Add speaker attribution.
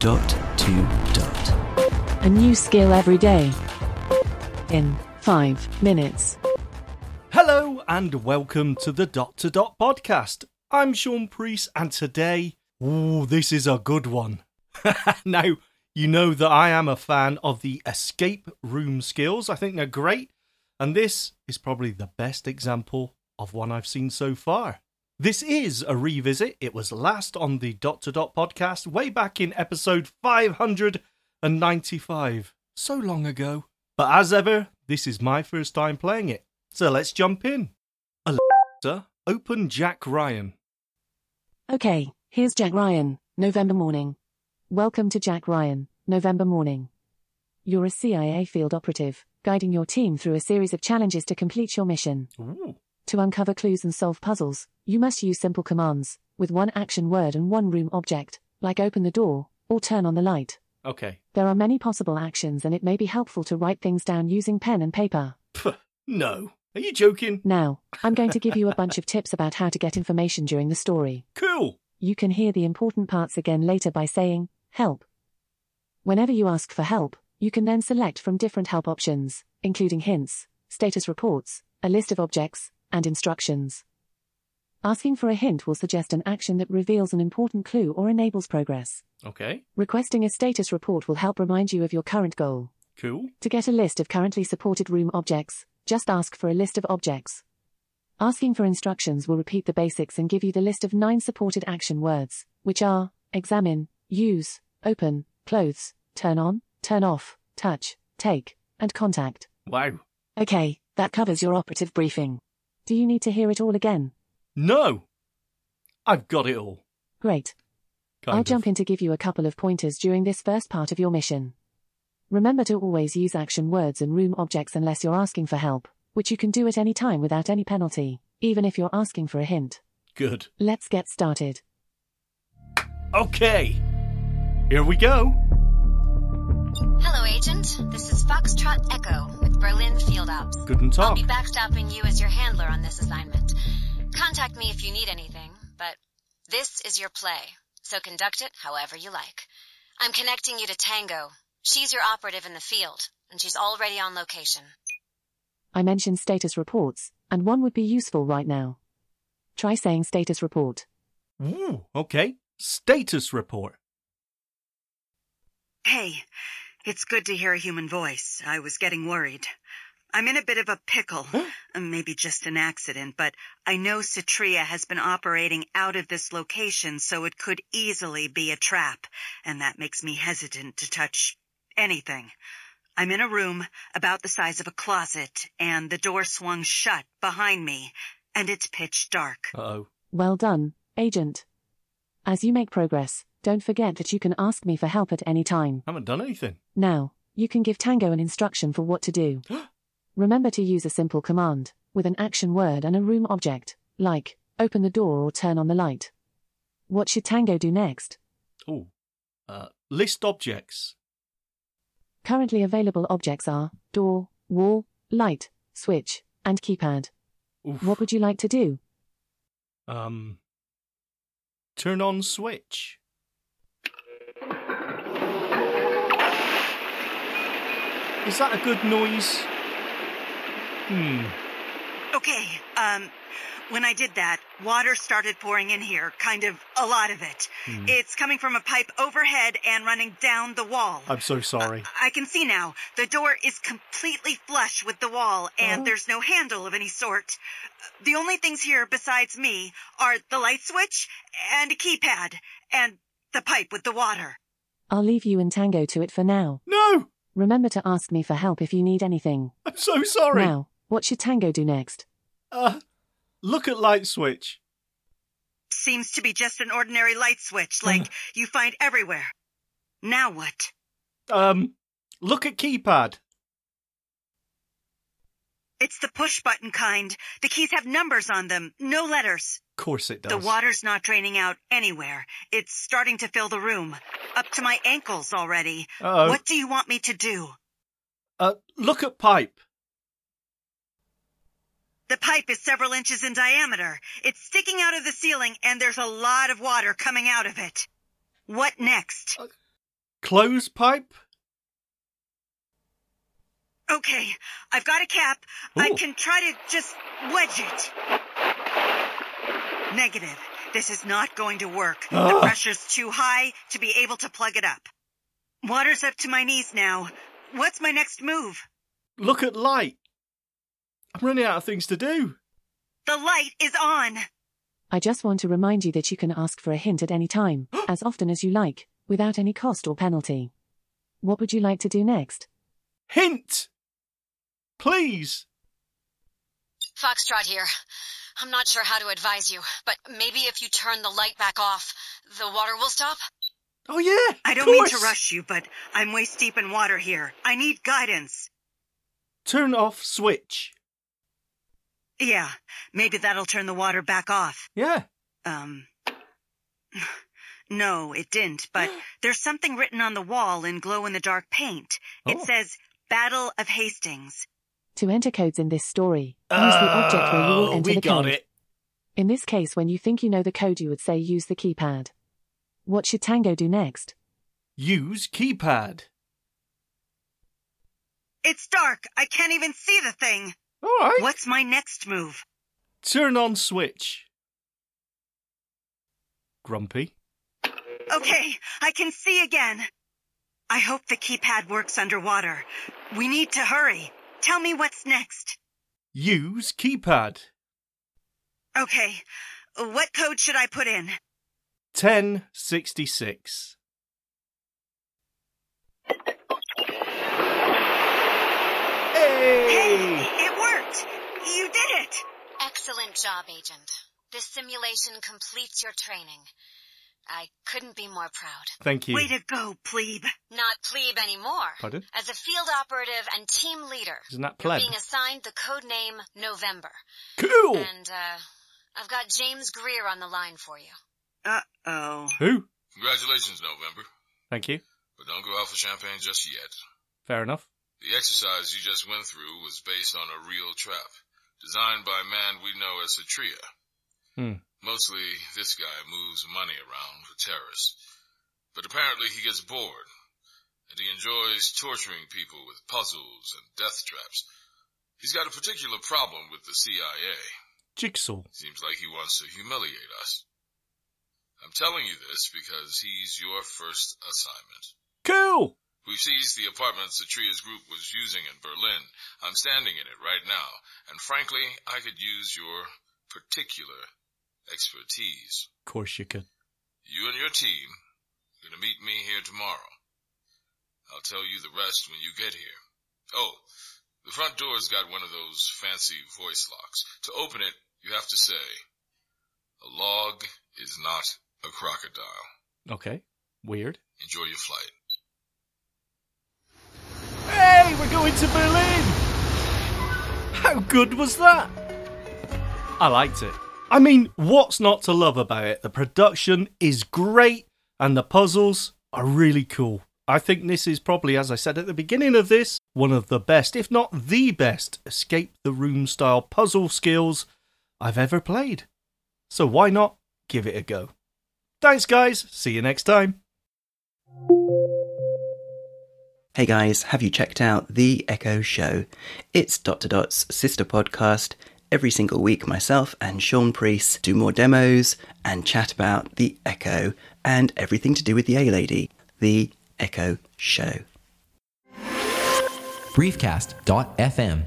Speaker 1: Dot to dot.
Speaker 2: A new skill every day. In five minutes.
Speaker 3: Hello and welcome to the Dot to Dot podcast. I'm Sean Priest and today, ooh, this is a good one. now, you know that I am a fan of the escape room skills. I think they're great, and this is probably the best example of one I've seen so far. This is a revisit. It was last on the Dot to Dot podcast way back in episode 595. So long ago. But as ever, this is my first time playing it. So let's jump in. Alexa, open Jack Ryan.
Speaker 2: Okay, here's Jack Ryan, November morning. Welcome to Jack Ryan, November morning. You're a CIA field operative, guiding your team through a series of challenges to complete your mission.
Speaker 3: Ooh.
Speaker 2: To uncover clues and solve puzzles, you must use simple commands, with one action word and one room object, like open the door or turn on the light.
Speaker 3: Okay.
Speaker 2: There are many possible actions, and it may be helpful to write things down using pen and paper.
Speaker 3: Pff, no. Are you joking?
Speaker 2: Now, I'm going to give you a bunch of tips about how to get information during the story.
Speaker 3: Cool.
Speaker 2: You can hear the important parts again later by saying, Help. Whenever you ask for help, you can then select from different help options, including hints, status reports, a list of objects, and instructions. Asking for a hint will suggest an action that reveals an important clue or enables progress.
Speaker 3: Okay.
Speaker 2: Requesting a status report will help remind you of your current goal.
Speaker 3: Cool.
Speaker 2: To get a list of currently supported room objects, just ask for a list of objects. Asking for instructions will repeat the basics and give you the list of nine supported action words, which are examine, use, open, clothes, turn on, turn off, touch, take, and contact.
Speaker 3: Wow.
Speaker 2: Okay, that covers your operative briefing. Do you need to hear it all again?
Speaker 3: No. I've got it all.
Speaker 2: Great.
Speaker 3: Kind
Speaker 2: I'll
Speaker 3: of.
Speaker 2: jump in to give you a couple of pointers during this first part of your mission. Remember to always use action words and room objects unless you're asking for help, which you can do at any time without any penalty, even if you're asking for a hint.
Speaker 3: Good.
Speaker 2: Let's get started.
Speaker 3: Okay. Here we go.
Speaker 4: Hello, Agent. This is Foxtrot Echo with Berlin Field Ops.
Speaker 3: Good and
Speaker 4: I'll
Speaker 3: talk.
Speaker 4: be backstopping you as your handler on this assignment. Contact me if you need anything, but this is your play, so conduct it however you like. I'm connecting you to Tango. She's your operative in the field, and she's already on location.
Speaker 2: I mentioned status reports, and one would be useful right now. Try saying status report.
Speaker 3: Ooh, okay. Status report.
Speaker 5: Hey, it's good to hear a human voice. I was getting worried. I'm in a bit of a pickle. Uh, Maybe just an accident, but I know Cetria has been operating out of this location, so it could easily be a trap, and that makes me hesitant to touch anything. I'm in a room about the size of a closet, and the door swung shut behind me, and it's pitch dark.
Speaker 3: Uh oh.
Speaker 2: Well done, agent. As you make progress, don't forget that you can ask me for help at any time.
Speaker 3: Haven't done anything.
Speaker 2: Now, you can give Tango an instruction for what to do. Remember to use a simple command, with an action word and a room object, like open the door or turn on the light. What should Tango do next?
Speaker 3: Oh. Uh, list objects.
Speaker 2: Currently available objects are door, wall, light, switch, and keypad.
Speaker 3: Oof.
Speaker 2: What would you like to do?
Speaker 3: Um. Turn on switch. Is that a good noise? Hmm.
Speaker 5: Okay, um, when I did that, water started pouring in here, kind of a lot of it. It's coming from a pipe overhead and running down the wall.
Speaker 3: I'm so sorry.
Speaker 5: I can see now. The door is completely flush with the wall, and
Speaker 2: Oh.
Speaker 5: there's no handle of any sort. The only things here besides me are the light switch and a keypad and the pipe with the water.
Speaker 2: I'll leave you and Tango to it for now.
Speaker 3: No,
Speaker 2: Remember to ask me for help if you need anything.
Speaker 3: I'm so sorry.
Speaker 2: Now, what should Tango do next?
Speaker 3: Uh, look at light switch.
Speaker 5: Seems to be just an ordinary light switch, like you find everywhere. Now what?
Speaker 3: Um, look at keypad.
Speaker 5: It's the push button kind. The keys have numbers on them, no letters.
Speaker 3: Of course it does.
Speaker 5: The water's not draining out anywhere. It's starting to fill the room, up to my ankles already.
Speaker 3: Uh-oh.
Speaker 5: What do you want me to do?
Speaker 3: Uh, look at pipe.
Speaker 5: The pipe is several inches in diameter. It's sticking out of the ceiling, and there's a lot of water coming out of it. What next?
Speaker 3: clothes pipe?
Speaker 5: Okay, I've got a cap. I
Speaker 3: Ooh.
Speaker 5: can try to just wedge it. Negative. This is not going to work. The
Speaker 3: Ugh.
Speaker 5: pressure's too high to be able to plug it up. Water's up to my knees now. What's my next move?
Speaker 3: Look at light. I'm running out of things to do.
Speaker 5: The light is on.
Speaker 2: I just want to remind you that you can ask for a hint at any time, as often as you like, without any cost or penalty. What would you like to do next?
Speaker 3: Hint! Please!
Speaker 4: Foxtrot here. I'm not sure how to advise you, but maybe if you turn the light back off, the water will stop.
Speaker 3: Oh, yeah!
Speaker 5: I
Speaker 3: of
Speaker 5: don't mean to
Speaker 3: course.
Speaker 5: rush you, but I'm waist deep in water here. I need guidance.
Speaker 3: Turn off switch.
Speaker 5: Yeah, maybe that'll turn the water back off.
Speaker 3: Yeah.
Speaker 5: Um. No, it didn't, but there's something written on the wall in glow in the dark paint. It
Speaker 3: Oh.
Speaker 5: says Battle of Hastings.
Speaker 2: To enter codes in this story, use the object where you will
Speaker 3: Oh,
Speaker 2: enter
Speaker 3: we
Speaker 2: the
Speaker 3: got
Speaker 2: code.
Speaker 3: it.
Speaker 2: In this case, when you think you know the code, you would say use the keypad. What should Tango do next?
Speaker 3: Use keypad.
Speaker 5: It's dark. I can't even see the thing.
Speaker 3: All right.
Speaker 5: What's my next move?
Speaker 3: Turn on switch. Grumpy.
Speaker 5: Okay, I can see again. I hope the keypad works underwater. We need to hurry. Tell me what's next.
Speaker 3: Use keypad.
Speaker 5: Okay, what code should I put in?
Speaker 3: 1066.
Speaker 5: Hey,
Speaker 3: Hey!
Speaker 5: it worked. You did it.
Speaker 4: Excellent job, Agent. This simulation completes your training. I couldn't be more proud.
Speaker 3: Thank you.
Speaker 5: Way to go, plebe.
Speaker 4: Not plebe anymore.
Speaker 3: Pardon?
Speaker 4: As a field operative and team leader,
Speaker 3: Isn't that
Speaker 4: you're
Speaker 3: pleb? Oh.
Speaker 4: being assigned the code name November.
Speaker 3: Cool!
Speaker 4: And, uh, I've got James Greer on the line for you.
Speaker 5: Uh-oh.
Speaker 3: Who?
Speaker 6: Congratulations, November.
Speaker 3: Thank you.
Speaker 6: But don't go out for champagne just yet.
Speaker 3: Fair enough.
Speaker 6: The exercise you just went through was based on a real trap, designed by a man we know as Satria.
Speaker 3: Hmm.
Speaker 6: Mostly, this guy moves money around for terrorists. But apparently he gets bored, and he enjoys torturing people with puzzles and death traps. He's got a particular problem with the CIA.
Speaker 3: Jigsaw.
Speaker 6: Seems like he wants to humiliate us. I'm telling you this because he's your first assignment.
Speaker 3: Cool!
Speaker 6: We seized the apartment Satria's group was using in Berlin. I'm standing in it right now, and frankly, I could use your particular expertise.
Speaker 3: Of course you could.
Speaker 6: You and your team are going to meet me here tomorrow. I'll tell you the rest when you get here. Oh, the front door's got one of those fancy voice locks. To open it, you have to say, a log is not a crocodile.
Speaker 3: Okay. Weird.
Speaker 6: Enjoy your flight.
Speaker 3: Hey, we're going to Berlin! How good was that? I liked it. I mean, what's not to love about it? The production is great and the puzzles are really cool. I think this is probably, as I said at the beginning of this, one of the best, if not the best, escape the room style puzzle skills I've ever played. So why not give it a go? Thanks, guys. See you next time.
Speaker 1: Hey guys, have you checked out The Echo Show? It's Dot to Dot's sister podcast. Every single week, myself and Sean Priest do more demos and chat about The Echo and everything to do with the A Lady. The Echo Show.
Speaker 7: briefcast.fm